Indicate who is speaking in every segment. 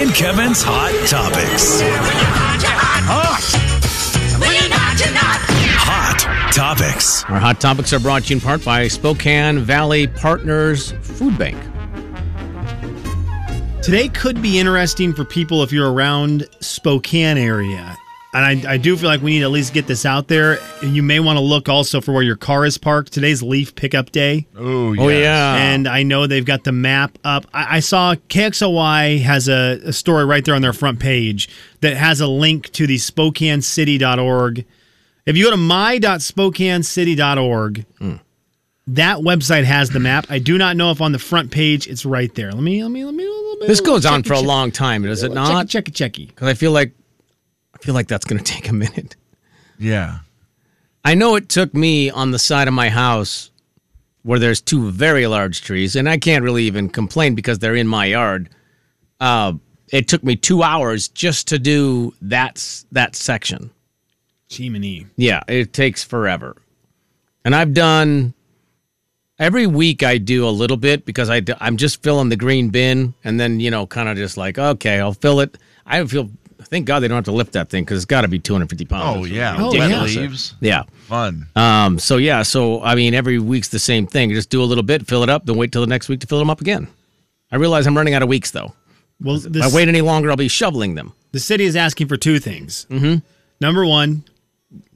Speaker 1: and Kevin's Hot Topics. Hot Topics.
Speaker 2: Our hot topics are brought to you in part by Spokane Valley Partners Food Bank.
Speaker 3: Today could be interesting for people if you're around Spokane area. And I, I do feel like we need to at least get this out there. You may want to look also for where your car is parked. Today's leaf pickup day.
Speaker 4: Oh,
Speaker 2: Oh yeah,
Speaker 3: And I know they've got the map up. I, I saw KXOY has a, a story right there on their front page that has a link to the SpokaneCity.org. If you go to my.SpokaneCity.org, that website has the map. I do not know if on the front page it's right there. Let me let me let me do a little bit.
Speaker 2: this goes on
Speaker 3: checky,
Speaker 2: for a
Speaker 3: checky.
Speaker 2: long time, does
Speaker 3: E.
Speaker 2: it not?
Speaker 3: Checky, checky, checky.
Speaker 2: Because I feel like I feel like that's going to take a minute.
Speaker 4: Yeah.
Speaker 2: I know it took me on the side of my house where there's two very large trees, and I can't really even complain because they're in my yard. Uh, it took me two hours just to do that s- that section.
Speaker 3: Chimney.
Speaker 2: Yeah, it takes forever. And I've done every week I do a little bit because I am just filling the green bin and then, you know, kind of just like, okay, I'll fill it. I feel thank God they don't have to lift that thing cuz it's got to be 250 pounds.
Speaker 4: Oh
Speaker 2: It's
Speaker 4: yeah.
Speaker 3: Oh,
Speaker 4: Wet
Speaker 3: yeah. Uh,
Speaker 4: leaves.
Speaker 2: Yeah.
Speaker 4: Fun.
Speaker 2: Um so yeah, so I mean every week's the same thing. Just do a little bit, fill it up, then wait till the next week to fill them up again. I realize I'm running out of weeks though.
Speaker 3: Well,
Speaker 2: If
Speaker 3: this,
Speaker 2: I wait any longer, I'll be shoveling them.
Speaker 3: the city is asking for two things. Mm-hmm. Number one,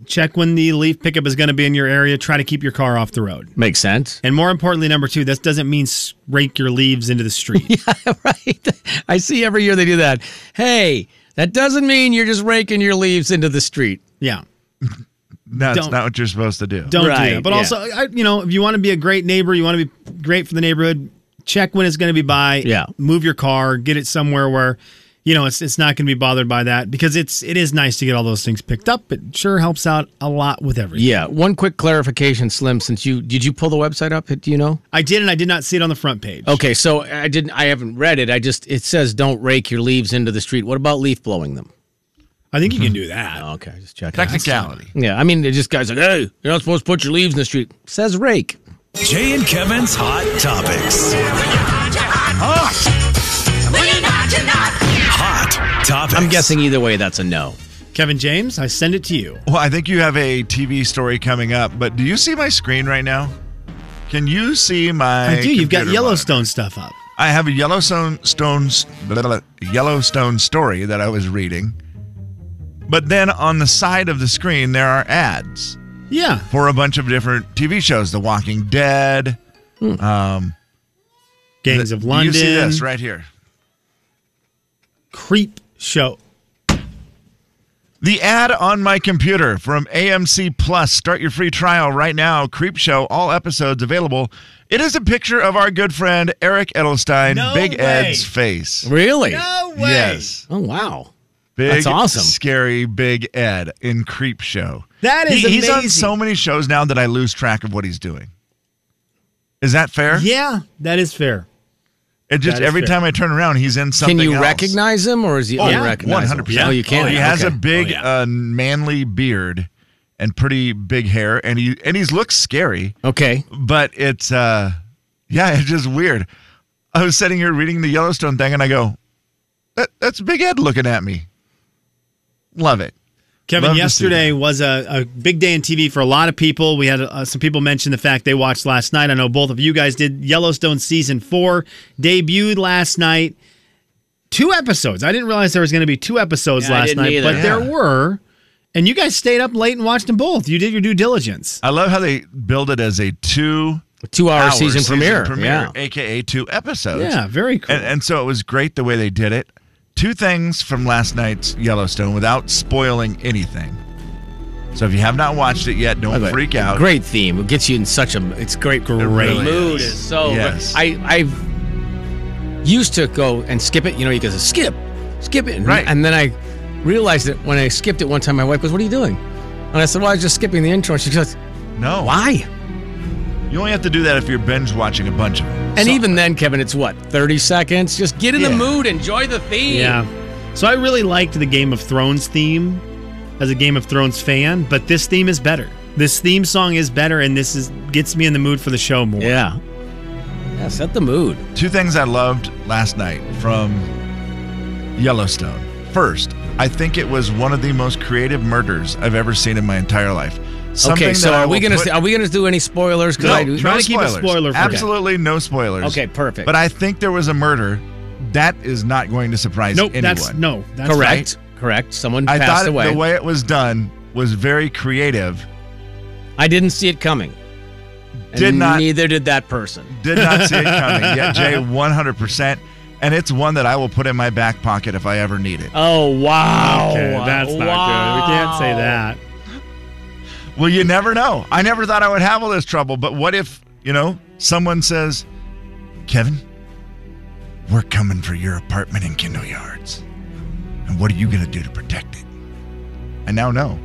Speaker 3: check when the leaf pickup is going to be in your area. Try to keep your car off the road.
Speaker 2: Makes sense.
Speaker 3: And more importantly, number two, this doesn't mean rake your leaves into the street.
Speaker 2: right? I see every year they do that. Hey, that doesn't mean you're just raking your leaves into the street.
Speaker 3: yeah.
Speaker 4: No, it's
Speaker 3: Don't-
Speaker 4: not what you're supposed to do.
Speaker 3: Don't do
Speaker 2: Right,
Speaker 3: that. But
Speaker 2: yeah.
Speaker 3: also, I, you know, if you want to be a great neighbor, you want to be great for the neighborhood, check when it's going to be by.
Speaker 2: Yeah.
Speaker 3: Move your car, get it somewhere where, you know, it's it's not going to be bothered by that because it's it is nice to get all those things picked up. It sure helps out a lot with everything.
Speaker 2: Yeah. One quick clarification, Slim. Since you did you pull the website up? Do you know?
Speaker 3: I did, and I did not see it on the front page.
Speaker 2: Okay, so I didn't. I haven't read it. I just it says don't rake your leaves into the street. What about leaf blowing them?
Speaker 3: I think you can do that.
Speaker 2: Mm-hmm. Oh, Okay, just check.
Speaker 4: Technicality.
Speaker 2: Yeah, I mean, it just guys like, hey, you're not supposed to put your leaves in the street. Says rake.
Speaker 1: Jay and Kevin's Hot Topics. Hot Topics.
Speaker 2: I'm guessing either way, that's a no.
Speaker 3: Kevin James, I send it to you.
Speaker 4: Well, I think you have a TV story coming up, but do you see my screen right now? Can you see my?
Speaker 3: I do. You've got
Speaker 4: computer
Speaker 3: Yellowstone stuff up.
Speaker 4: monitor? I have a Yellowstone stones blah, blah, blah, Yellowstone story that I was reading, but then on the side of the screen there are ads
Speaker 3: Yeah.
Speaker 4: for a bunch of different TV shows: The Walking Dead.
Speaker 3: Gangs of London.
Speaker 4: You see this right here.
Speaker 3: Creep show.
Speaker 4: The ad on my computer from AMC Plus. Start your free trial right now. Creep Show, all episodes available. It is a picture of our good friend Eric Edelstein,
Speaker 3: No
Speaker 4: Big
Speaker 3: way.
Speaker 4: Ed's face.
Speaker 2: Really?
Speaker 4: Yes.
Speaker 2: Oh wow.
Speaker 4: Big,
Speaker 2: That's awesome.
Speaker 4: Scary Big Ed in Creep Show.
Speaker 3: That is
Speaker 4: He's on
Speaker 3: amazing.
Speaker 4: so many shows now that I lose track of what he's doing. Is that fair?
Speaker 3: Yeah, that is fair.
Speaker 4: It just
Speaker 3: that is
Speaker 4: every
Speaker 3: fair.
Speaker 4: time I turn around, he's in something.
Speaker 2: Can you
Speaker 4: else.
Speaker 2: recognize him or is he
Speaker 4: Oh, yeah.
Speaker 2: unrecognizable?
Speaker 4: 100%.
Speaker 2: Oh, you can.
Speaker 3: Oh,
Speaker 4: He
Speaker 3: yeah.
Speaker 4: has a
Speaker 2: Okay.
Speaker 4: big,
Speaker 3: Oh, yeah.
Speaker 4: uh, manly beard and pretty big hair, and he and he looks scary.
Speaker 2: Okay.
Speaker 4: but it's uh yeah it's just weird i was sitting here reading the yellowstone thing and i go that, that's big ed looking at me love it
Speaker 3: Kevin,
Speaker 4: Love to see
Speaker 3: yesterday was a, a big day in TV for a lot of people. We had uh, some people mention the fact they watched last night. I know both of you guys did. Yellowstone season four debuted last night. Two episodes. I didn't realize there was going to be two episodes
Speaker 2: Yeah, I
Speaker 3: last
Speaker 2: didn't
Speaker 3: night,
Speaker 2: either.
Speaker 3: but there
Speaker 4: Yeah.
Speaker 3: were. And you guys stayed up late and watched them both. You did your due diligence.
Speaker 4: i love how they build it as a two
Speaker 2: Two hour,
Speaker 4: hour
Speaker 2: season, premiere. Yeah.
Speaker 4: aka two episodes
Speaker 3: Yeah, very cool.
Speaker 4: and, and so it was great the way they did it two things from last night's yellowstone without spoiling anything so if you have not watched it yet
Speaker 2: By the
Speaker 4: don't
Speaker 2: way,
Speaker 4: freak out
Speaker 2: Great theme. It gets you in such a. It's great. Great
Speaker 4: really
Speaker 2: mood
Speaker 4: is.
Speaker 2: is, so.
Speaker 4: Yes.
Speaker 2: I I used to go and skip it. You know, you go skip, skip it, and-
Speaker 4: Right.
Speaker 2: And then I realized that when I skipped it one time, my wife goes, "What are you doing?" And I said, "Well, I was just skipping the intro." And she goes,
Speaker 4: no
Speaker 2: "Why?"
Speaker 4: you only have to do that if you're binge watching a bunch of them
Speaker 2: And even then, Kevin, it's what thirty seconds. Just get in the
Speaker 4: Yeah.
Speaker 2: mood, enjoy the theme.
Speaker 3: Yeah. So I really liked the Game of Thrones theme as a Game of Thrones fan, but this theme is better. This theme song is better, and this is gets me in the mood for the show more.
Speaker 2: yeah, yeah. Set the mood.
Speaker 4: Two things I loved last night from Yellowstone. First, I think it was one of the most creative murders I've ever seen in my entire life. Something
Speaker 2: okay, so
Speaker 4: that I
Speaker 2: are we
Speaker 4: will
Speaker 2: gonna
Speaker 4: put-
Speaker 2: are we gonna do any spoilers? 'Cause
Speaker 4: no,
Speaker 2: I do-
Speaker 3: try to keep it spoiler-free.
Speaker 4: Absolutely no spoilers.
Speaker 2: Okay, perfect.
Speaker 4: But I think there was a murder. That is not going to surprise
Speaker 3: Nope,
Speaker 4: anyone.
Speaker 3: that's no. That's
Speaker 2: correct, correct. Someone
Speaker 4: I
Speaker 2: passed
Speaker 4: thought
Speaker 2: away.
Speaker 4: the way it was done was very creative.
Speaker 2: I didn't see it coming. And
Speaker 4: Did not-
Speaker 2: Neither did that person.
Speaker 4: Did not see it coming. Yeah, Jay, 100%. And it's one that I will put in my back pocket if I ever need it.
Speaker 2: Oh wow!
Speaker 3: Okay, that's not good. We can't say
Speaker 2: Oh, Wow.
Speaker 3: that.
Speaker 4: Well, you never know. I never thought I would have all this trouble, but what if, you know, someone says, Kevin, we're coming for your apartment in Kendall Yards. And what are you going to do to protect it? I now know.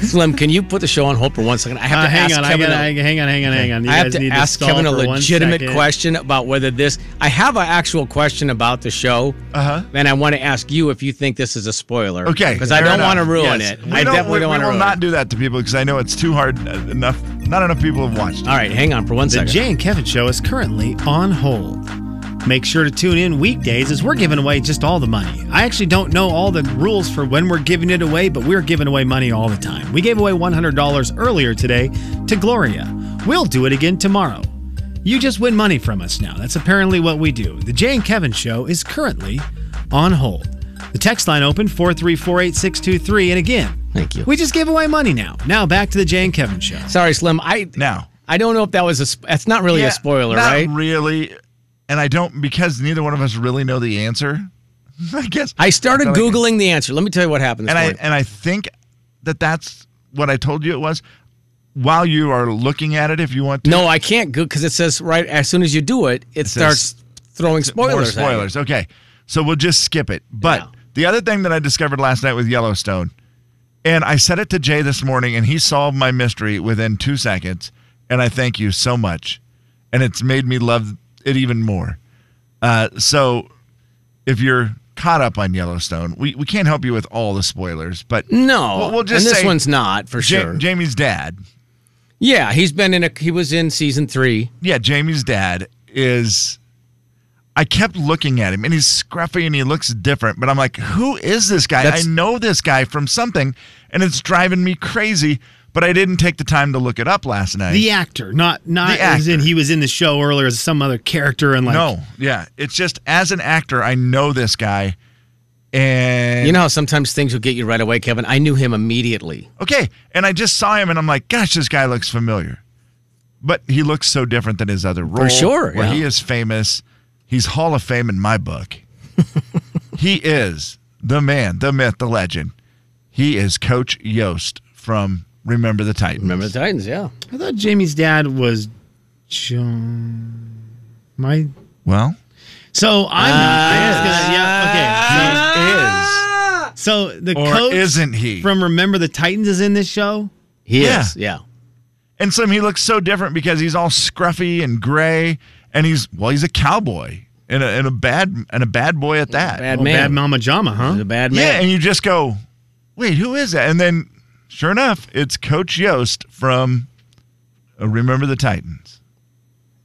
Speaker 2: Slim, can you put the show on hold for one second? I have
Speaker 3: Uh,
Speaker 2: to
Speaker 3: hang,
Speaker 2: ask
Speaker 3: on, I
Speaker 2: Kevin.
Speaker 3: gotta,
Speaker 2: a-
Speaker 3: hang on, hang on, hang on, You
Speaker 2: I have
Speaker 3: guys
Speaker 2: to
Speaker 3: need
Speaker 2: ask
Speaker 3: stall
Speaker 2: Kevin a
Speaker 3: for one
Speaker 2: legitimate
Speaker 3: second.
Speaker 2: question about whether this. I have an actual question about the show,
Speaker 3: Uh-huh.
Speaker 4: Uh huh.
Speaker 2: and I want to ask you if you think this is a spoiler.
Speaker 4: Okay.
Speaker 2: Because I
Speaker 4: fair
Speaker 2: don't
Speaker 4: enough.
Speaker 2: want to ruin
Speaker 4: Yes.
Speaker 2: it.
Speaker 4: We
Speaker 2: I
Speaker 4: don't,
Speaker 2: definitely
Speaker 4: we,
Speaker 2: don't want
Speaker 4: we
Speaker 2: to
Speaker 4: will
Speaker 2: ruin
Speaker 4: not
Speaker 2: it.
Speaker 4: do that to people because I know it's too hard uh, enough. Not enough people have watched. it.
Speaker 2: All right, hang on for one
Speaker 3: The
Speaker 2: second.
Speaker 3: Jay and Kevin show is currently on hold. Make sure to tune in weekdays as we're giving away just all the money. I actually don't know all the rules for when we're giving it away, but we're giving away money all the time. We gave away $100 earlier today to Gloria. We'll do it again tomorrow. You just win money from us now. That's apparently what we do. The Jay and Kevin show is currently on hold. The text line open 4348623 and again.
Speaker 2: Thank you.
Speaker 3: We just gave away money now. Now back to the Jay and Kevin show.
Speaker 2: Sorry, Slim. I
Speaker 4: Now.
Speaker 2: I don't know if that was a. sp- That's not really
Speaker 4: Yeah,
Speaker 2: a spoiler,
Speaker 4: not
Speaker 2: right?
Speaker 4: really. And I don't, because neither one of us really know the answer. I guess.
Speaker 2: I started
Speaker 4: feel like it's-
Speaker 2: googling the answer. Let me tell you what happened. This
Speaker 4: and I
Speaker 2: morning.
Speaker 4: and I think that that's what I told you it was. While you are looking at it, if you want to,
Speaker 2: no, I can't go because it says right as soon as you do it, it, starts throwing
Speaker 4: more
Speaker 2: spoilers. at you.
Speaker 4: spoilers. Okay, so we'll just skip it. But
Speaker 2: Yeah.
Speaker 4: the other thing that I discovered last night with Yellowstone, and I said it to Jay this morning, and he solved my mystery within two seconds, and I thank you so much, and it's made me love it even more. Uh, so, if you're caught up on Yellowstone, we, we can't help you with all the spoilers, but
Speaker 2: No,
Speaker 4: we'll, we'll just
Speaker 2: and this
Speaker 4: say
Speaker 2: one's not for
Speaker 4: Ja-
Speaker 2: sure.
Speaker 4: Jamie's dad.
Speaker 2: yeah, he's been in a. He was in season three.
Speaker 4: yeah, Jamie's dad is. I kept looking at him, and he's scruffy and he looks different. But I'm like, who is this guy?
Speaker 2: That's-
Speaker 4: I know this guy from something, and it's driving me crazy. But I didn't take the time to look it up last night.
Speaker 3: The actor, not not
Speaker 4: The
Speaker 3: as in
Speaker 4: actor.
Speaker 3: he was in the show earlier as some other character and like
Speaker 4: no, yeah, it's just as an actor, I know this guy, and
Speaker 2: You know how sometimes things will get you right away, Kevin. I knew him immediately.
Speaker 4: okay. And I just saw him, and I'm like, gosh, this guy looks familiar. But he looks so different than his other role.
Speaker 2: sure,
Speaker 4: where
Speaker 2: yeah.
Speaker 4: he is famous. He's Hall of Fame in my book. he is the man, the myth, the legend. He is Coach Yost from Remember the Titans.
Speaker 2: Remember the Titans? Yeah.
Speaker 3: I thought Jamie's dad was John. My
Speaker 4: Well,
Speaker 3: so I'm not I'm just gonna, yeah
Speaker 4: he is
Speaker 3: okay so, so the
Speaker 4: or
Speaker 3: Ah, coach
Speaker 4: isn't he?
Speaker 3: from Remember the Titans is in this show.
Speaker 2: He
Speaker 4: Yeah. Oh,
Speaker 2: is. Yeah.
Speaker 4: and Slim, he looks so different because he's all scruffy and gray, and he's well, he's a cowboy and a, and a bad and a bad boy at that.
Speaker 2: Bad
Speaker 3: Oh,
Speaker 2: man.
Speaker 3: Bad Mama Jama, huh?
Speaker 2: He's a bad
Speaker 4: Yeah,
Speaker 2: man.
Speaker 4: and you just go, wait, who is that? And then, sure enough, it's Coach Yost from uh, Remember the Titans.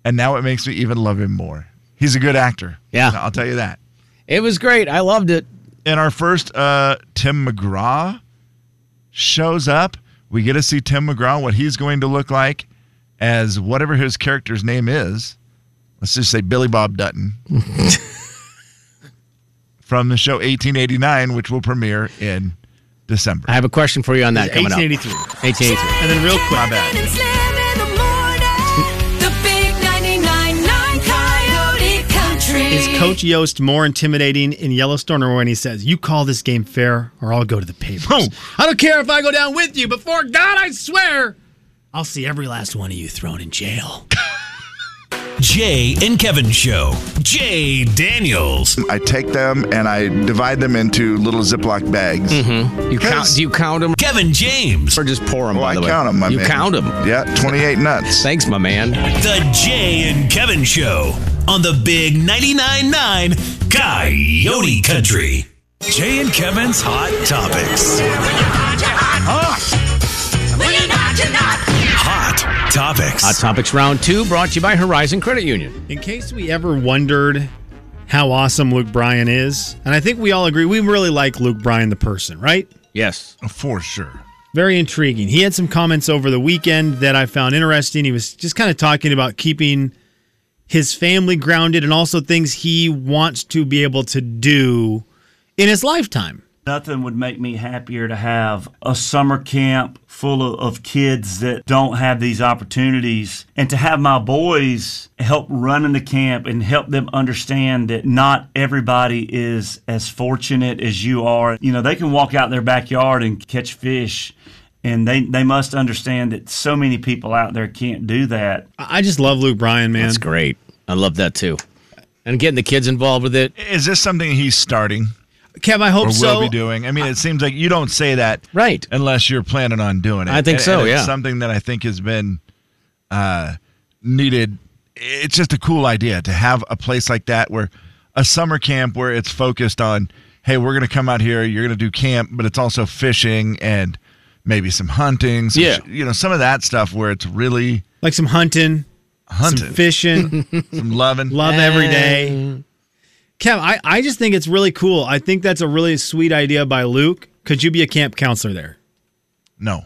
Speaker 4: And now it makes me even love him more. He's a good actor.
Speaker 2: Yeah.
Speaker 4: I'll tell you that.
Speaker 2: It was great. I loved it.
Speaker 4: And our first uh, Tim McGraw shows up. We get to see Tim McGraw, what he's going to look like as whatever his character's name is. Let's just say Billy Bob Dutton from the show 1889, which will premiere in December.
Speaker 2: I have a question for you on that coming up.
Speaker 3: 1883.
Speaker 2: 1883.
Speaker 3: And then real quick,
Speaker 4: My bad.
Speaker 5: Kevin and Slim in the morning. The big 99.9 Coyote Country.
Speaker 3: Is Coach Yost more intimidating in Yellowstone or when he says, You call this game fair or I'll go to the papers?
Speaker 4: Oh.
Speaker 3: I don't care if I go down with you. Before God, I swear, I'll see every last one of you thrown in jail.
Speaker 1: Jay and Kevin Show. Jay Daniels.
Speaker 6: I take them and I divide them into little Ziploc bags.
Speaker 2: You count,
Speaker 6: Yes.
Speaker 2: do you count them
Speaker 1: Kevin James.
Speaker 2: or just pour them?
Speaker 6: Oh,
Speaker 2: by
Speaker 6: I
Speaker 2: the way?
Speaker 6: count them, my
Speaker 2: you
Speaker 6: man.
Speaker 2: count them.
Speaker 6: Yeah, 28 nuts.
Speaker 2: Thanks, my man.
Speaker 1: The Jay and Kevin Show on the Big 99.9 9 Coyote Country. Jay and Kevin's Hot Topics. Hot Topics.
Speaker 2: Hot topics round two brought to you by Horizon Credit Union.
Speaker 3: In case we ever wondered how awesome Luke Bryan is. And I think we all agree we really like Luke Bryan the person, right?
Speaker 2: Yes.
Speaker 4: For sure.
Speaker 3: Very intriguing. He had some comments over the weekend that I found interesting. He was just kind of talking about keeping his family grounded and also things he wants to be able to do in his lifetime.
Speaker 7: Nothing would make me happier to have a summer camp full of, of kids that don't have these opportunities and to have my boys help run in the camp and help them understand that not everybody is as fortunate as you are. You know, they can walk out their backyard and catch fish and they, they must understand that so many people out there can't do that.
Speaker 3: I I just love Luke Bryan, man.
Speaker 2: That's great. I love that too. And getting the kids involved with it.
Speaker 4: Is this something he's starting
Speaker 3: Kev, I
Speaker 4: or
Speaker 3: hope
Speaker 4: will
Speaker 3: so.
Speaker 4: be doing? I mean, it seems like you don't say that
Speaker 2: Right.
Speaker 4: unless you're planning on doing it.
Speaker 2: I think
Speaker 4: And-
Speaker 2: so,
Speaker 4: and it's
Speaker 2: yeah.
Speaker 4: something that I think has been uh, needed. It's just a cool idea to have a place like that where a summer camp where it's focused on, hey, we're going to come out here, you're going to do camp, but it's also fishing and maybe some hunting, some
Speaker 2: Yeah.
Speaker 4: sh- you know, some of that stuff where it's really
Speaker 3: like some hunting,
Speaker 4: hunting,
Speaker 3: some fishing,
Speaker 4: some loving.
Speaker 3: love every day. Kev, I, I just think it's really cool. I think that's a really sweet idea by Luke. Could you be a camp counselor there?
Speaker 4: no.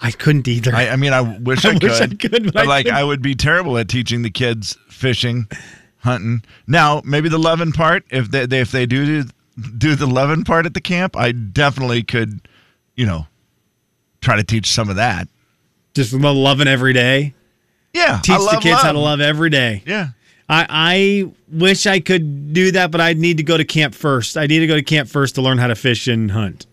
Speaker 3: I couldn't either.
Speaker 4: I, I mean, I wish
Speaker 3: I
Speaker 4: I,
Speaker 3: wish I
Speaker 4: could.
Speaker 3: could, but I
Speaker 4: like,
Speaker 3: couldn't.
Speaker 4: I would be terrible at teaching the kids fishing, hunting. Now, maybe the loving part. If they, they if they do do- do the loving part at the camp, I definitely could, you know, try to teach some of that.
Speaker 3: just love loving every day.
Speaker 4: Yeah, I
Speaker 3: Teach the
Speaker 4: love
Speaker 3: kids how to love every day.
Speaker 4: Yeah,
Speaker 3: I, I wish I could do that, but I need to go to camp first. I need to go to camp first to learn how to fish and hunt.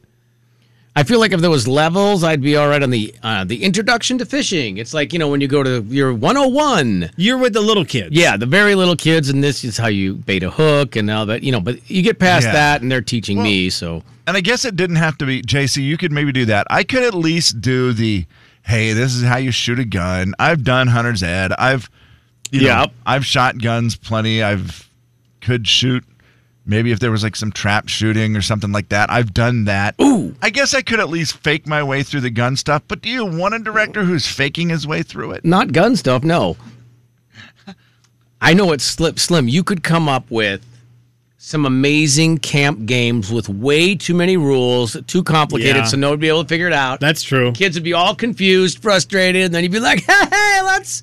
Speaker 2: I feel like if there was levels, I'd be all right on the uh, the introduction to fishing. It's like you know when you go to your 101.
Speaker 3: You're with the little kids.
Speaker 2: Yeah, the very little kids, and this is how you bait a hook and all that. You know, but you get past
Speaker 4: Yeah.
Speaker 2: that, and they're teaching me. So
Speaker 4: and I guess it didn't have to be JC. You could maybe do that. I could at least do the, hey, this is how you shoot a gun. I've done hunter's ed. I've, you know,
Speaker 2: Yep.
Speaker 4: I've shot guns plenty. I've could shoot. Maybe if there was like some trap shooting or something like that, I've done that. Ooh. I guess I could at least fake my way through the gun stuff. But do you want a director who's faking his way through it?
Speaker 2: not gun stuff. No, I know it's slip slim. You could come up with some amazing camp games with way too many rules, too complicated,
Speaker 3: Yeah.
Speaker 2: so nobody would be able to figure it out.
Speaker 3: That's true.
Speaker 2: Kids would be all confused, frustrated, and then you'd be like, "Hey, hey let's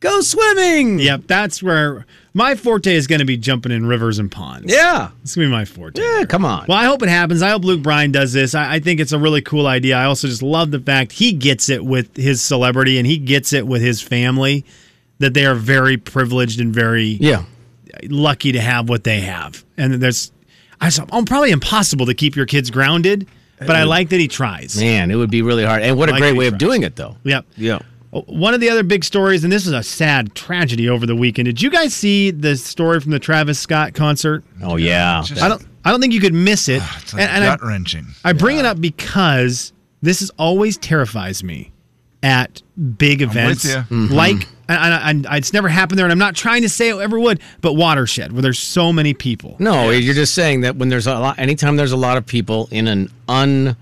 Speaker 2: go swimming."
Speaker 3: Yep, that's where my forte is going to be jumping in rivers and ponds.
Speaker 2: Yeah.
Speaker 3: It's going to be my forte.
Speaker 2: Yeah, come on.
Speaker 3: Well, I hope it happens. I hope Luke Bryan does this. I, I think it's a really cool idea. I also just love the fact he gets it with his celebrity and he gets it with his family that they are very privileged and very
Speaker 2: Yeah.
Speaker 3: lucky to have what they have. And there's, I just, oh, probably impossible to keep your kids grounded, but I like that he tries.
Speaker 2: Man, it would be really hard. And what a
Speaker 3: Like
Speaker 2: great
Speaker 3: they
Speaker 2: way of
Speaker 3: try.
Speaker 2: doing it, though.
Speaker 3: Yep. Oh,
Speaker 2: Yeah.
Speaker 3: One of the other big stories, and this is a sad tragedy over the weekend. Did you guys see the story from the Travis Scott concert?
Speaker 2: Oh, yeah.
Speaker 4: Just-
Speaker 3: I don't. I don't think you could miss it.
Speaker 4: Ah, It's like
Speaker 3: And- and I-
Speaker 4: gut wrenching.
Speaker 3: I bring it up because this is always terrifies me at big events.
Speaker 4: ya. Mm-hmm.
Speaker 3: Like, and, and, and it's never happened there, and I'm not trying to say it ever would, but Watershed, where there's so many people.
Speaker 2: No, you're just saying that when there's a lot, anytime there's a lot of people in an
Speaker 4: A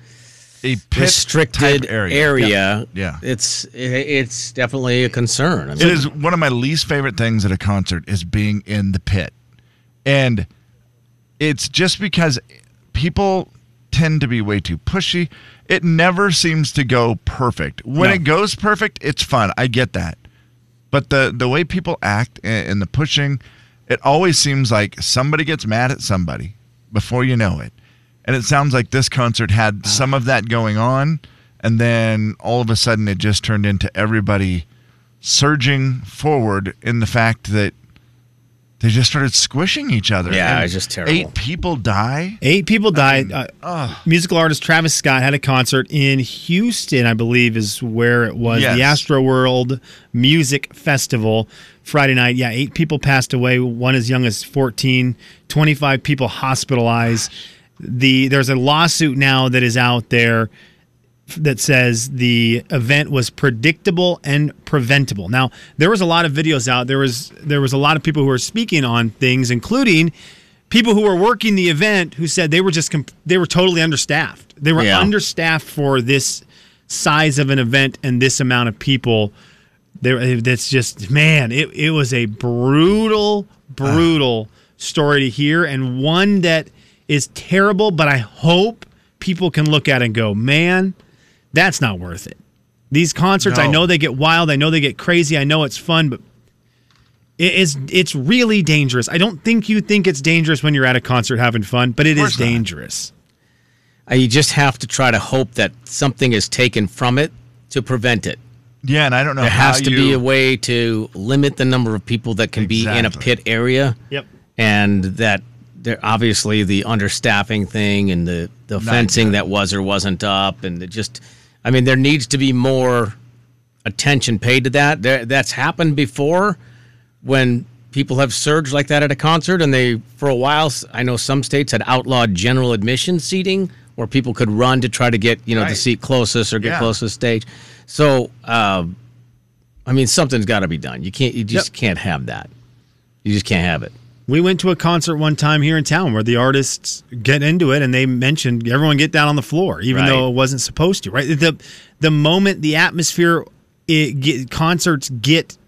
Speaker 4: pit
Speaker 2: unrestricted
Speaker 4: type
Speaker 2: area,
Speaker 4: Yeah.
Speaker 2: it's i- it's definitely a concern. I mean,
Speaker 4: It is one of my least favorite things at a concert is being in the pit. And it's just because people tend to be way too pushy. It never seems to go perfect. When it goes perfect, it's fun. I get that. But the the way people act and, and the pushing, it always seems like somebody gets mad at somebody before you know it. And it sounds like this concert
Speaker 2: Ah.
Speaker 4: had some of that going on, and then all of a sudden it just turned into everybody surging forward in the fact that they just started squishing each other.
Speaker 2: Yeah,
Speaker 4: And
Speaker 2: it's just terrible.
Speaker 4: Eight people die.
Speaker 3: Eight people died. Uh, musical artist Travis Scott had a concert in Houston, I believe, is where it was. The
Speaker 4: Yes.
Speaker 3: Astro World Music Festival Friday night. Yeah, eight people passed away, one as young as 14, 25 people hospitalized. The There's a lawsuit now that is out there that says the event was predictable and preventable. Now, there was a lot of videos out. There was there was a lot of people who were speaking on things including people who were working the event who said they were just comp- they were totally understaffed. They were
Speaker 2: Yeah.
Speaker 3: understaffed for this size of an event and this amount of people. There, that's just man, it it was a brutal, brutal story to hear and one that is terrible, but I hope people can look at it and go, man, that's not worth it. These concerts, I
Speaker 4: No.
Speaker 3: know they get wild, I know they get crazy, I know it's fun, but it is it's really dangerous. I don't think you think it's dangerous when you're at a concert having fun, but it is
Speaker 4: course not.
Speaker 3: dangerous.
Speaker 2: Uh, You just have to try to hope that something is taken from it to prevent it.
Speaker 4: Yeah, and I don't know
Speaker 2: There
Speaker 4: how
Speaker 2: has to
Speaker 4: you,
Speaker 2: be a way to limit the number of people that can be in a
Speaker 4: Exactly.
Speaker 2: pit area.
Speaker 3: Yep.
Speaker 2: And that there obviously the understaffing thing and the, the fencing that was or wasn't up and it just I mean there needs to be more attention paid to that. There, that's happened before when people have surged like that at a concert and they for a while s- I know some states had outlawed general admission seating where people could run to try to get, you know, the
Speaker 4: Right.
Speaker 2: seat closest or get
Speaker 4: Yeah.
Speaker 2: close to the stage. So, uh, I mean, something's got to be done. You can't. You just
Speaker 3: Yep.
Speaker 2: can't have that. You just can't have it.
Speaker 3: We went to a concert one time here in town where the artists get into it and they mentioned everyone get down on the floor, even
Speaker 2: Right.
Speaker 3: though it wasn't supposed to. Right. The the moment the atmosphere it get, concerts get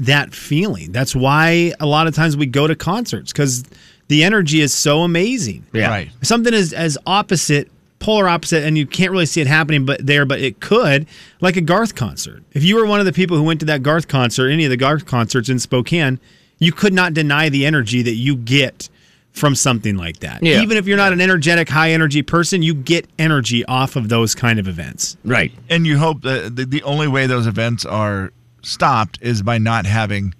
Speaker 3: that feeling. That's why a lot of times we go to concerts because the energy is so amazing.
Speaker 2: Yeah.
Speaker 4: Right.
Speaker 3: Something is as opposite, polar opposite, and you can't really see it happening, but there, but it could, like a Garth concert. If you were one of the people who went to that Garth concert, any of the Garth concerts in Spokane, you could not deny the energy that you get from something like that.
Speaker 2: Yeah.
Speaker 3: Even if you're not an energetic, high energy person, you get energy off of those kind of events.
Speaker 2: Right.
Speaker 4: and you hope that the, the only way those events are stopped is by not having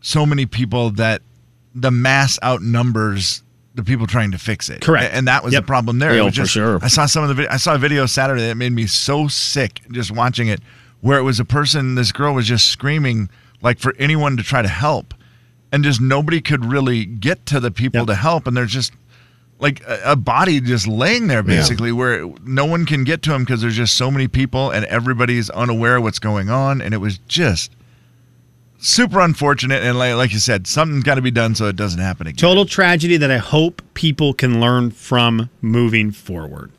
Speaker 4: so many people that the mass outnumbers the people trying to fix it.
Speaker 3: Correct.
Speaker 4: A- And that was
Speaker 3: Yep.
Speaker 4: the problem there. It
Speaker 2: Yeah,
Speaker 4: was
Speaker 2: for sure.
Speaker 4: I saw some of the vid- I saw a video Saturday that made me so sick just watching it, where it was a person. This girl was just screaming like for anyone to try to help, and just nobody could really get to the people
Speaker 3: Yep.
Speaker 4: to help, and there's just like a, a body just laying there basically where no one can get to him because there's just so many people and everybody's unaware of what's going on and it was just super unfortunate and like, like you said something's got to be done so it doesn't happen again
Speaker 3: Total tragedy that I hope people can learn from moving forward.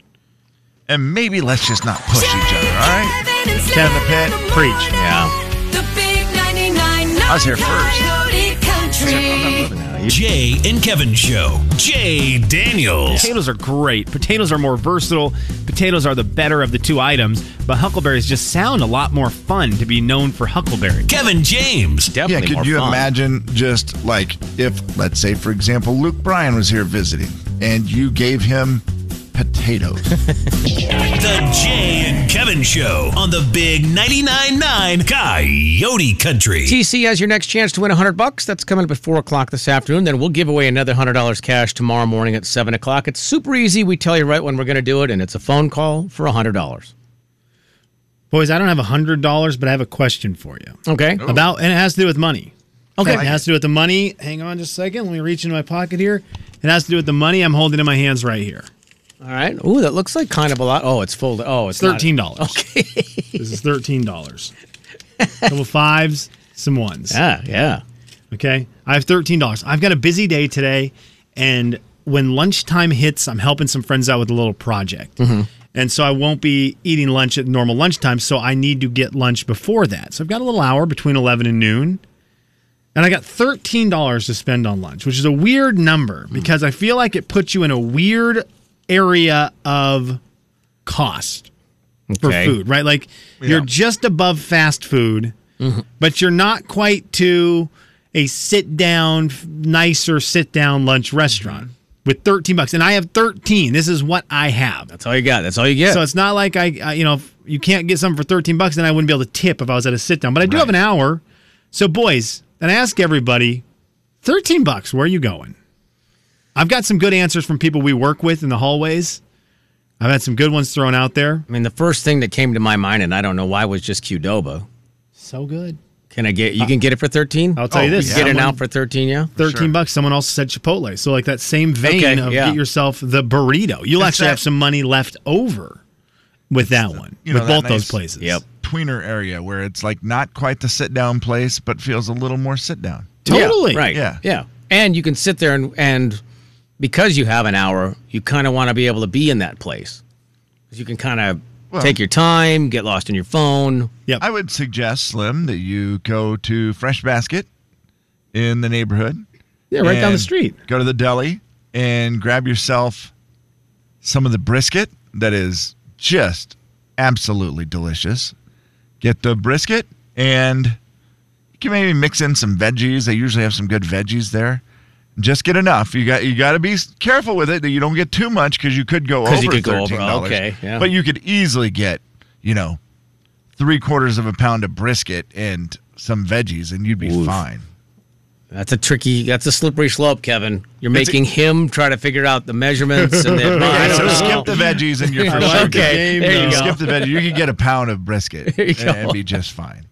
Speaker 4: and maybe let's just not push each other all right
Speaker 3: Kevin
Speaker 4: the Pit,
Speaker 3: preach.
Speaker 2: Yeah.
Speaker 5: The big 99.9
Speaker 4: I was here first.
Speaker 5: Coyote Country.
Speaker 1: Jay and Kevin Show. Jay Daniels.
Speaker 8: Potatoes are great. Potatoes are more versatile. Potatoes are the better of the two items, but huckleberries just sound a lot more fun to be known for huckleberry.
Speaker 1: Kevin James.
Speaker 2: Definitely.
Speaker 4: yeah
Speaker 2: more
Speaker 4: could you
Speaker 2: fun.
Speaker 4: imagine
Speaker 6: Just like if, let's say, for example, Luke Bryan was here visiting and you gave him potatoes.
Speaker 1: The Jay and Kevin Show on the big 99.9 9 Coyote Country.
Speaker 2: TC has your next chance to win 100 bucks. That's coming up at 4 o'clock this afternoon. Then we'll give away another $100 cash tomorrow morning at 7 o'clock. It's super easy. We tell you right when we're going to do it, and it's a phone call for $100.
Speaker 3: Boys, I don't have a $100, but I have a question for you.
Speaker 2: Okay.
Speaker 3: About and it has to do with money.
Speaker 2: Oh. Okay.
Speaker 3: It has to do with the money. Hang on just a second. Let me reach into my pocket here. It has to do with the money I'm holding in my hands right here.
Speaker 2: All right. Ooh, that looks like kind of a lot. Oh, it's folded. Oh, it's
Speaker 3: It's
Speaker 2: not-
Speaker 3: thirteen dollars. Okay. this is thirteen dollars. Couple fives, some ones.
Speaker 2: Yeah, yeah.
Speaker 3: Okay. I have thirteen dollars. I've got a busy day today, and when lunchtime hits, I'm helping some friends out with a little project. And so I won't be eating lunch at normal lunchtime, so I need to get lunch before that. So I've got a little hour between eleven and noon. And I got $13 to spend on lunch, which is a weird
Speaker 2: Hmm.
Speaker 3: number because I feel like it puts you in a weird area of cost for
Speaker 2: Okay.
Speaker 3: food, right? Like you're just above fast food,
Speaker 2: Mm-hmm.
Speaker 3: but you're not quite to a sit down, f- nicer sit down lunch restaurant with 13 bucks. And I have 13. This is what I have.
Speaker 2: Mm-hmm. That's all you got. That's all you get.
Speaker 3: So it's not like I, I you know, if you can't get something for 13 bucks, then I wouldn't be able to tip if I was at a sit down. But I do have an hour. So, boys, and I ask everybody 13 bucks, where are you going? I've got some good answers from people we work with in the hallways. I've had some good ones thrown out there.
Speaker 2: I mean, the first thing that came to my mind, and I don't know why, was just Qdoba.
Speaker 3: So good.
Speaker 2: Can I get? You can get it for thirteen.
Speaker 3: Uh,
Speaker 2: Oh,
Speaker 3: I'll tell you this.
Speaker 2: Get it now
Speaker 3: someone-
Speaker 2: for thirteen. Yeah.
Speaker 3: 13 bucks. Someone also said Chipotle. So, like that same vein
Speaker 2: Okay,
Speaker 3: of
Speaker 2: yeah.
Speaker 3: get yourself the burrito. You'll
Speaker 4: It's
Speaker 3: actually have
Speaker 4: that-
Speaker 3: some money left over with that one,
Speaker 4: you know,
Speaker 3: with
Speaker 4: that
Speaker 3: both those
Speaker 4: nice-
Speaker 3: places.
Speaker 2: Yep.
Speaker 4: tweener area where it's like not quite the sit down place but feels a little more sit down
Speaker 3: Totally.
Speaker 2: Yeah, right.
Speaker 4: Yeah.
Speaker 2: Yeah. And you can sit there and and because you have an hour, you kind of want to be able to be in that place. 'Cause You can kind of
Speaker 4: Well-
Speaker 2: take your time, get lost in your phone.
Speaker 3: Yep.
Speaker 4: I would suggest, Slim, that you go to Fresh Basket in the neighborhood
Speaker 2: Yeah, right down the
Speaker 4: and
Speaker 2: street.
Speaker 4: Go to the deli and grab yourself some of the brisket that is just absolutely delicious. Get the brisket and you can maybe mix in some veggies. They usually have some good veggies there. Just get enough. You got you got to be s- careful with it that you don't get too much because you could go over
Speaker 2: 'Cause you could go over,
Speaker 4: thirteen dollars.
Speaker 2: okay, yeah.
Speaker 4: But you could easily get you know three quarters of a pound of brisket and some veggies, and you'd be fine.
Speaker 2: That's a tricky. That's a slippery slope, Kevin. You're
Speaker 4: It's a-
Speaker 2: making him try to figure out the measurements and then. I
Speaker 4: Yeah,
Speaker 2: don't
Speaker 4: so
Speaker 2: know.
Speaker 4: skip the veggies and you're for sure
Speaker 2: like the game, There you
Speaker 4: you
Speaker 2: though. go.
Speaker 4: skip the veggies. You can get a pound of brisket
Speaker 2: you
Speaker 4: and
Speaker 2: go.
Speaker 4: it'd be just fine.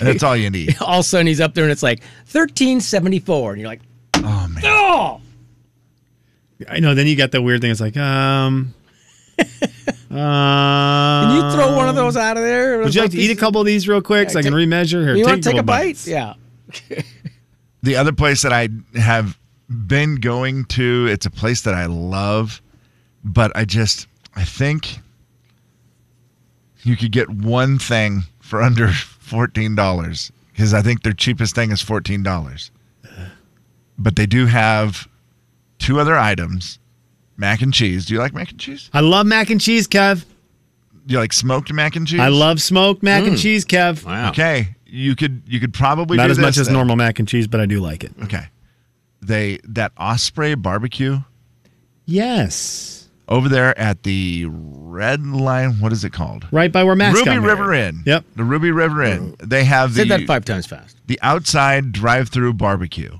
Speaker 4: And that's all you need.
Speaker 2: All of a sudden he's up there and it's like thirteen seventy four, and you're like,
Speaker 4: Oh man.
Speaker 3: I know. Then you got the weird thing. It's like, um, uh,
Speaker 2: can you throw one of those out of there?
Speaker 3: Would you like to eat a couple of these real quick? so I can
Speaker 2: take-
Speaker 3: remeasure here.
Speaker 2: You want to take
Speaker 3: couple
Speaker 2: a bite?
Speaker 3: bites.
Speaker 2: Yeah.
Speaker 4: The other place that I have been going to, it's a place that I love, but I just I think you could get one thing for under fourteen dollars because I think their cheapest thing is fourteen dollars. But they do have two other items: mac and cheese. Do you like mac and cheese?
Speaker 3: I love mac and cheese, Kev.
Speaker 4: Do you like smoked mac and cheese?
Speaker 3: I love smoked mac and cheese, Kev.
Speaker 2: Wow.
Speaker 4: Okay, you could you could probably
Speaker 3: Not
Speaker 4: Mm. do
Speaker 3: as
Speaker 4: this
Speaker 3: much as
Speaker 4: then.
Speaker 3: normal mac and cheese, but I do like it.
Speaker 4: Okay, they that Osprey barbecue.
Speaker 3: Yes.
Speaker 4: over there at the Red Line. What is it called?
Speaker 3: Right by where Max
Speaker 4: Ruby
Speaker 3: got
Speaker 4: River
Speaker 3: married.
Speaker 4: Inn.
Speaker 3: Yep. Oh.
Speaker 4: The Ruby River Inn. They have
Speaker 2: Say that
Speaker 4: the
Speaker 2: five times fast.
Speaker 4: the outside drive-through barbecue.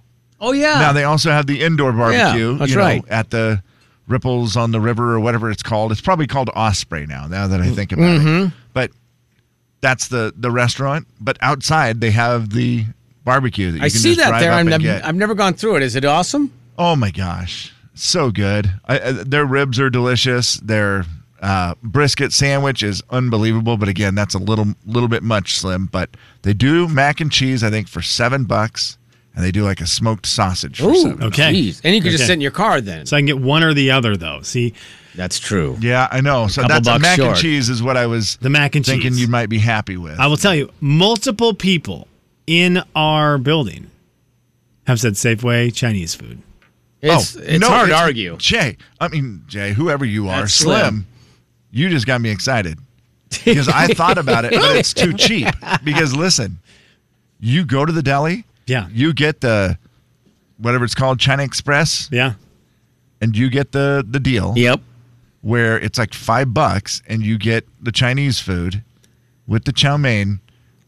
Speaker 2: Oh yeah.
Speaker 4: Now they also have the indoor barbecue.
Speaker 2: that's
Speaker 4: you know,
Speaker 2: right.
Speaker 4: At the Ripples on the River or whatever it's called. It's probably called Osprey now. Now
Speaker 2: Mm-hmm.
Speaker 4: that I think about it, but that's the the restaurant. But outside they have the barbecue that you
Speaker 2: I
Speaker 4: can
Speaker 2: see
Speaker 4: just
Speaker 2: that
Speaker 4: drive
Speaker 2: there.
Speaker 4: up
Speaker 2: I'm,
Speaker 4: and
Speaker 2: I'm,
Speaker 4: get.
Speaker 2: I've never gone through it. Is it awesome?
Speaker 4: Oh my gosh, so good! I, I, their ribs are delicious. Their uh, brisket sandwich is unbelievable. But again, that's a little little bit much, Slim. But they do mac and cheese, I think, for seven bucks, and they do like a smoked sausage for seven.
Speaker 3: Okay.
Speaker 2: Jeez. And you could just
Speaker 3: Okay.
Speaker 2: sit in your car then.
Speaker 3: So I can get one or the other, though. See,
Speaker 2: That's true.
Speaker 4: Yeah, I know. So
Speaker 2: couple
Speaker 4: that's
Speaker 2: bucks
Speaker 4: mac
Speaker 2: short.
Speaker 4: and cheese is what I was
Speaker 3: The mac and
Speaker 4: thinking
Speaker 3: cheese.
Speaker 4: you might be happy with.
Speaker 3: I will tell you, multiple people in our building have said Safeway Chinese food.
Speaker 2: It's, Oh, it's
Speaker 4: Oh, no,
Speaker 2: hard to argue.
Speaker 4: Jay, I mean Jay, whoever you are,
Speaker 2: That's
Speaker 4: Slim,
Speaker 2: Slim.
Speaker 4: you just got me excited because I thought about it, but it's too cheap. Because listen, you go to the deli,
Speaker 3: Yeah.
Speaker 4: you get the whatever it's called, China Express,
Speaker 3: Yeah.
Speaker 4: and you get the the deal
Speaker 2: Yep.
Speaker 4: where it's like five bucks and you get the Chinese food with the chow mein.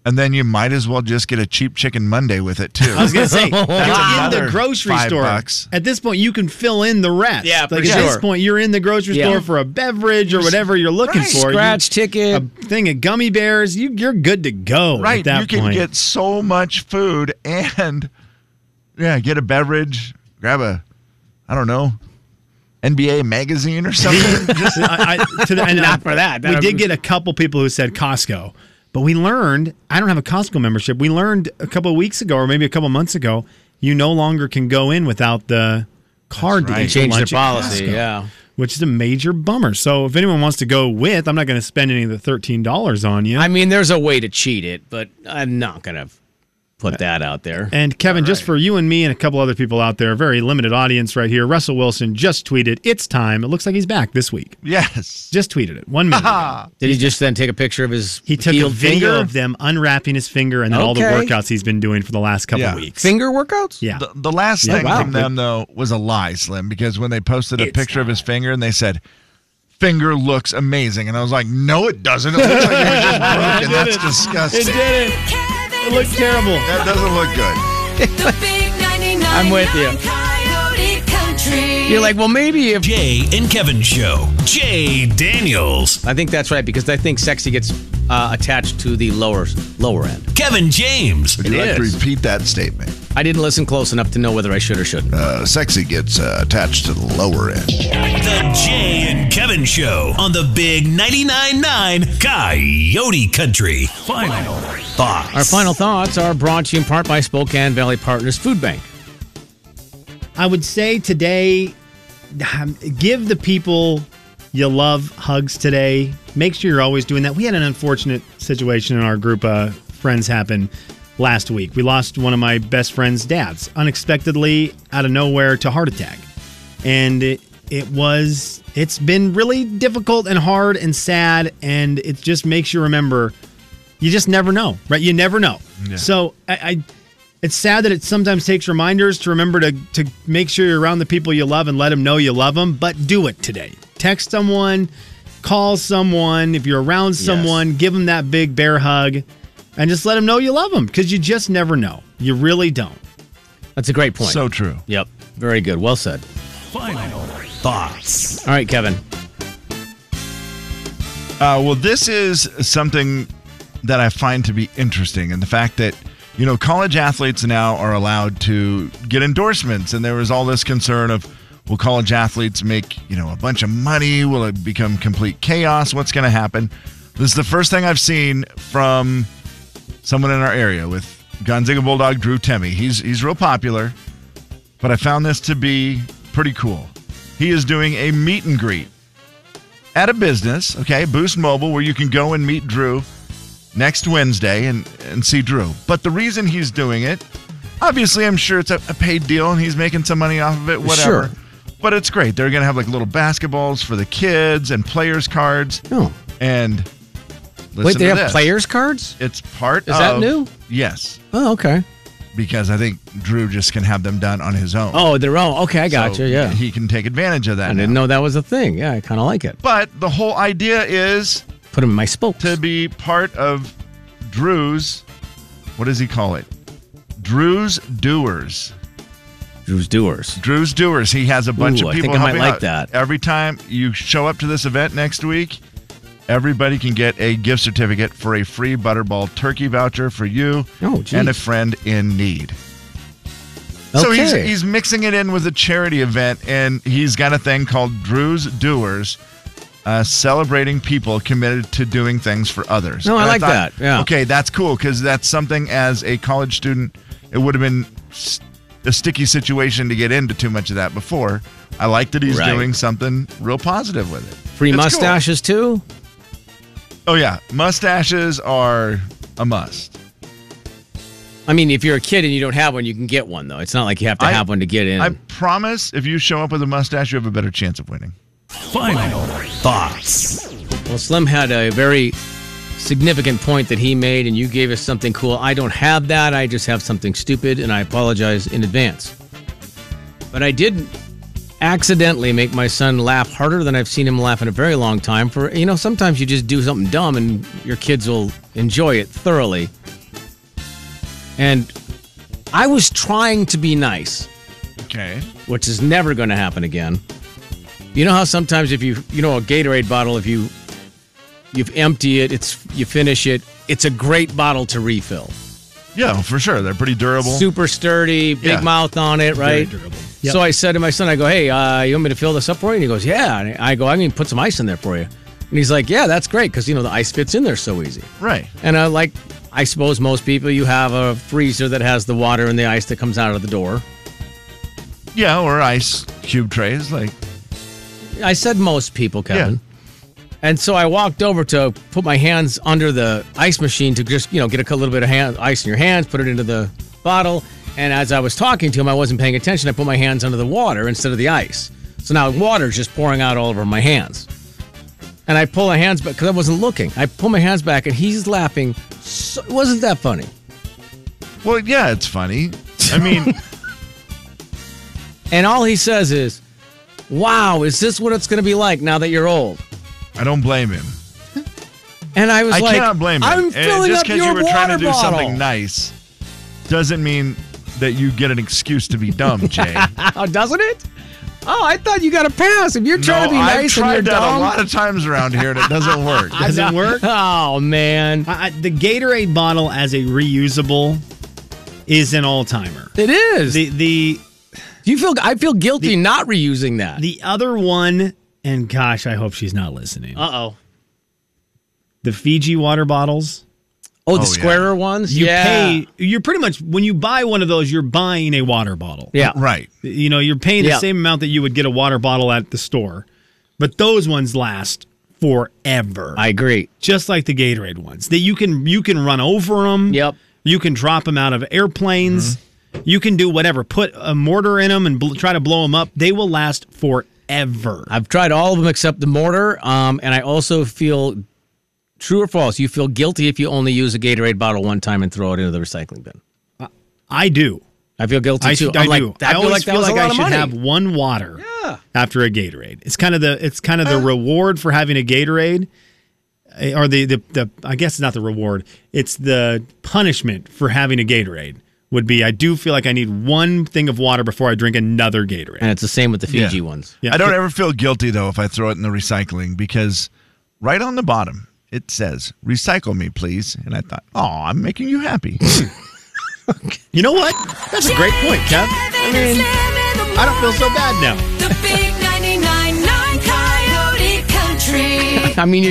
Speaker 4: And then you might as well just get a cheap chicken Monday with it too.
Speaker 3: I was gonna say you're in the
Speaker 4: another
Speaker 3: grocery
Speaker 4: five
Speaker 3: store.
Speaker 4: bucks.
Speaker 3: At this point, you can fill in the rest.
Speaker 2: Yeah,
Speaker 3: like
Speaker 2: for
Speaker 3: at this
Speaker 2: sure.
Speaker 3: point, you're in the grocery
Speaker 2: Yeah.
Speaker 3: store for a beverage or whatever you're looking
Speaker 4: Right.
Speaker 3: for. You-
Speaker 2: Scratch ticket.
Speaker 3: a thing of gummy bears. You you're good to go.
Speaker 4: Right.
Speaker 3: At that
Speaker 4: you can
Speaker 3: point.
Speaker 4: get so much food and yeah, get a beverage, grab a I don't know, NBA magazine or something. Just-
Speaker 3: I, I, to the, and
Speaker 2: Not
Speaker 3: I-
Speaker 2: for that.
Speaker 3: We did get a couple people who said Costco, but we learned I don't have a Costco membership. We learned a couple of weeks ago, or maybe a couple of months ago, you no longer can go in without the card. to
Speaker 4: That's right.
Speaker 3: eat
Speaker 2: Change their
Speaker 3: lunch at
Speaker 2: policy.
Speaker 3: Costco,
Speaker 2: Yeah.
Speaker 3: which is a major bummer. So if anyone wants to go with, I'm not going to spend any of the thirteen dollars on you.
Speaker 2: I mean, there's a way to cheat it, but I'm not going to put that out there.
Speaker 3: And Kevin, just for you and me and a couple other people out there, very limited audience right here. Russell Wilson just tweeted, "It's time." It looks like he's back this week.
Speaker 4: yes.
Speaker 3: Just tweeted it one minute. ago.
Speaker 2: Did he just then take a picture of his
Speaker 3: He took a
Speaker 2: healed
Speaker 3: video
Speaker 2: finger?
Speaker 3: of them unwrapping his finger and then all the
Speaker 2: Okay.
Speaker 3: workouts he's been doing for the last couple
Speaker 4: Yeah.
Speaker 3: weeks.
Speaker 2: finger workouts?
Speaker 3: yeah.
Speaker 4: The, the last
Speaker 3: Yeah,
Speaker 4: thing
Speaker 2: wow.
Speaker 4: from them though was a lie, Slim, because when they posted a picture of his finger and they said finger looks amazing and I was like, No it doesn't. It looks like it was just broke and that's disgusting.
Speaker 3: did it.
Speaker 5: Kevin
Speaker 3: It looked terrible.
Speaker 4: That doesn't look good.
Speaker 5: The big 99
Speaker 2: I'm with you.
Speaker 5: Coyote Country.
Speaker 2: You're like, well, maybe if.
Speaker 1: Jay and Kevin Show. Jay Daniels.
Speaker 2: I think that's right because I think sexy gets uh, attached to the lower lower end.
Speaker 1: Kevin James.
Speaker 6: Would you like
Speaker 2: is.
Speaker 6: to repeat that statement?
Speaker 2: I didn't listen close enough to know whether I should or shouldn't.
Speaker 6: Uh, sexy gets uh, attached to the lower end.
Speaker 1: The Jay and Kevin Show on the Big 99.9 9 Coyote Country. Final thoughts.
Speaker 2: Our final thoughts are brought to you in part by Spokane Valley Partners Food Bank.
Speaker 3: I would say today, um, give the people you love hugs today. Make sure you're always doing that. We had an unfortunate situation in our group. Uh, friends happen last week. We lost one of my best friend's dads unexpectedly out of nowhere to heart attack. And it, it was, it's been really difficult and hard and sad. And it just makes you remember you just never know, right? You never know. So I, I, it's sad that it sometimes takes reminders to remember to to make sure you're around the people you love and let them know you love them. But do it today. Text someone, call someone. If you're around someone, give them that big bear hug, and just let them know you love them because you just never know. You really don't.
Speaker 2: That's a great point.
Speaker 4: So true.
Speaker 2: yep, very good. Well said.
Speaker 1: Final thoughts.
Speaker 2: All right, Kevin.
Speaker 4: Uh, well, this is something that I find to be interesting, and the fact that you know college athletes now are allowed to get endorsements, and there was all this concern of will college athletes make you know a bunch of money? Will it become complete chaos? What's going to happen? This is the first thing I've seen from someone in our area with Gonzaga Bulldog Drew Temmie. He's he's real popular, but I found this to be pretty cool. He is doing a meet and greet at a business, okay, Boost Mobile, where you can go and meet Drew next Wednesday and, and see Drew. But the reason he's doing it, obviously, I'm sure it's a, a paid deal and he's making some money off of it, whatever.
Speaker 2: Sure.
Speaker 4: But it's great. They're going to have like little basketballs for the kids and players' cards.
Speaker 2: Oh,
Speaker 4: And listen
Speaker 2: wait, they
Speaker 4: to
Speaker 2: have
Speaker 4: this.
Speaker 2: players cards.
Speaker 4: It's part
Speaker 2: Is that
Speaker 4: of-
Speaker 2: new?
Speaker 4: Yes.
Speaker 2: Oh, okay.
Speaker 4: Because I think Drew just can have them done on his own.
Speaker 2: Oh, they're all okay. I got
Speaker 4: So
Speaker 2: you. Yeah,
Speaker 4: He can take advantage of that.
Speaker 2: I didn't know that was a thing. Yeah, I kind of like it.
Speaker 4: But the whole idea is
Speaker 2: Put them in my spokes.
Speaker 4: to be part of Drew's, what does he call it? Drew's Doers.
Speaker 2: Drew's doers.
Speaker 4: Drew's Doers. He has a bunch
Speaker 2: Ooh,
Speaker 4: of
Speaker 2: I think
Speaker 4: people
Speaker 2: I might
Speaker 4: helping
Speaker 2: like
Speaker 4: out.
Speaker 2: that.
Speaker 4: Every time you show up to this event next week, everybody can get a gift certificate for a free Butterball turkey voucher for you
Speaker 2: Oh, geez.
Speaker 4: and a friend in need. So he's,
Speaker 2: Okay.
Speaker 4: he's mixing it in with a charity event, and he's got a thing called Drew's Doers, uh, celebrating people committed to doing things for others.
Speaker 2: No, I
Speaker 4: And
Speaker 2: like that, yeah.
Speaker 4: Okay, that's cool because that's something as a college student, it would have been s- a sticky situation to get into too much of that before. I like that he's
Speaker 2: Right.
Speaker 4: doing something real positive with it.
Speaker 2: Free
Speaker 4: It's cool.
Speaker 2: mustaches too.
Speaker 4: Oh, yeah. Mustaches are a must.
Speaker 2: I mean, if you're a kid and you don't have one, you can get one though. It's not like you have to
Speaker 4: I-
Speaker 2: have one to get in.
Speaker 4: I promise if you show up with a mustache, you have a better chance of winning.
Speaker 1: Final thoughts.
Speaker 2: well, Slim had a very significant point that he made, and you gave us something cool. I don't have that. I just have something stupid, and I apologize in advance. But I did accidentally make my son laugh harder than I've seen him laugh in a very long time. For you know, sometimes you just do something dumb, and your kids will enjoy it thoroughly. And I was trying to be nice.
Speaker 4: Okay.
Speaker 2: which is never going to happen again. You know how sometimes if you you know a Gatorade bottle if you you've empty it, it's you finish it, it's a great bottle to refill.
Speaker 4: Yeah, for sure. They're pretty durable.
Speaker 2: Super sturdy, big
Speaker 4: Yeah.
Speaker 2: mouth on it, right? So I said to my son, I go, hey, uh, you want me to fill this up for you? And he goes, yeah. And I go, I'm going to put some ice in there for you. And he's like, yeah, that's great because you know the ice fits in there so easy.
Speaker 4: Right.
Speaker 2: And I like, I suppose most people, you have a freezer that has the water and the ice that comes out of the door.
Speaker 4: Yeah, or ice cube trays. Like,
Speaker 2: I said most people, Kevin. And so I walked over to put my hands under the ice machine to just, you know, get a little bit of hand, ice in your hands, put it into the bottle. And as I was talking to him, I wasn't paying attention. I put my hands under the water instead of the ice. So now water's just pouring out all over my hands. And I pull my hands back because I wasn't looking. I pull my hands back and he's laughing. So, it wasn't that funny.
Speaker 4: well, yeah, it's funny. I mean,
Speaker 2: And all he says is, wow, is this what it's going to be like now that you're old?
Speaker 4: I don't blame him.
Speaker 2: And I was
Speaker 4: I
Speaker 2: like,
Speaker 4: cannot blame him.
Speaker 2: I'm
Speaker 4: And
Speaker 2: filling
Speaker 4: just
Speaker 2: up
Speaker 4: because
Speaker 2: your
Speaker 4: you were trying to
Speaker 2: water
Speaker 4: do
Speaker 2: bottle.
Speaker 4: something nice doesn't mean that you get an excuse to be dumb, Jay.
Speaker 2: Oh, doesn't it? Oh, I thought you got a pass. If you're trying to be
Speaker 4: I've
Speaker 2: nice and
Speaker 4: tried
Speaker 2: you're
Speaker 4: that
Speaker 2: dumb.
Speaker 4: a lot of times around here, and it doesn't work.
Speaker 3: Does it work?
Speaker 2: Oh man,
Speaker 3: I, I- the Gatorade bottle as a reusable is an all timer.
Speaker 2: it is.
Speaker 3: The the
Speaker 2: Do you feel? I feel guilty not reusing that.
Speaker 3: the other one, and gosh, I hope she's not listening.
Speaker 2: Uh oh.
Speaker 3: the Fiji water bottles.
Speaker 2: Oh, the
Speaker 4: yeah.
Speaker 2: squarer ones.
Speaker 3: You
Speaker 2: yeah.
Speaker 3: pay. You're pretty much when you buy one of those, you're buying a water bottle.
Speaker 2: Yeah.
Speaker 4: Right.
Speaker 3: You know, you're paying the
Speaker 2: Yeah.
Speaker 3: same amount that you would get a water bottle at the store, but those ones last forever.
Speaker 2: I agree.
Speaker 3: just like the Gatorade ones that you can you can run over them.
Speaker 2: Yep. Mm-hmm.
Speaker 3: You can drop them out of airplanes. You can do whatever. Put a mortar in them and bl- try to blow them up. They will last forever.
Speaker 2: I've tried all of them except the mortar. Um, and I also feel true or false. You feel guilty if you only use a Gatorade bottle one time and throw it into the recycling bin.
Speaker 3: I do.
Speaker 2: I feel guilty
Speaker 3: I,
Speaker 2: too.
Speaker 3: should, I
Speaker 2: I'm like,
Speaker 3: do.
Speaker 2: I,
Speaker 3: I
Speaker 2: feel
Speaker 3: always
Speaker 2: like that
Speaker 3: feel
Speaker 2: was
Speaker 3: like
Speaker 2: a lot
Speaker 3: I
Speaker 2: of
Speaker 3: should
Speaker 2: money.
Speaker 3: have one water after a Gatorade. It's kind of the it's kind of the reward for having a Gatorade, eh, or the, the the I guess it's not the reward. It's the punishment for having a Gatorade would be I do feel like I need one thing of water before I drink another Gatorade.
Speaker 2: and it's the same with the Fiji
Speaker 4: Yeah.
Speaker 2: ones.
Speaker 3: Yeah.
Speaker 4: I don't ever feel guilty though if I throw it in the recycling because right on the bottom it says "Recycle me, please," and I thought, "Oh, I'm making you happy."
Speaker 3: You know what? That's a great point, Kev. I mean, I don't feel so bad now.
Speaker 5: The big 99.9 Coyote Country.
Speaker 2: I mean,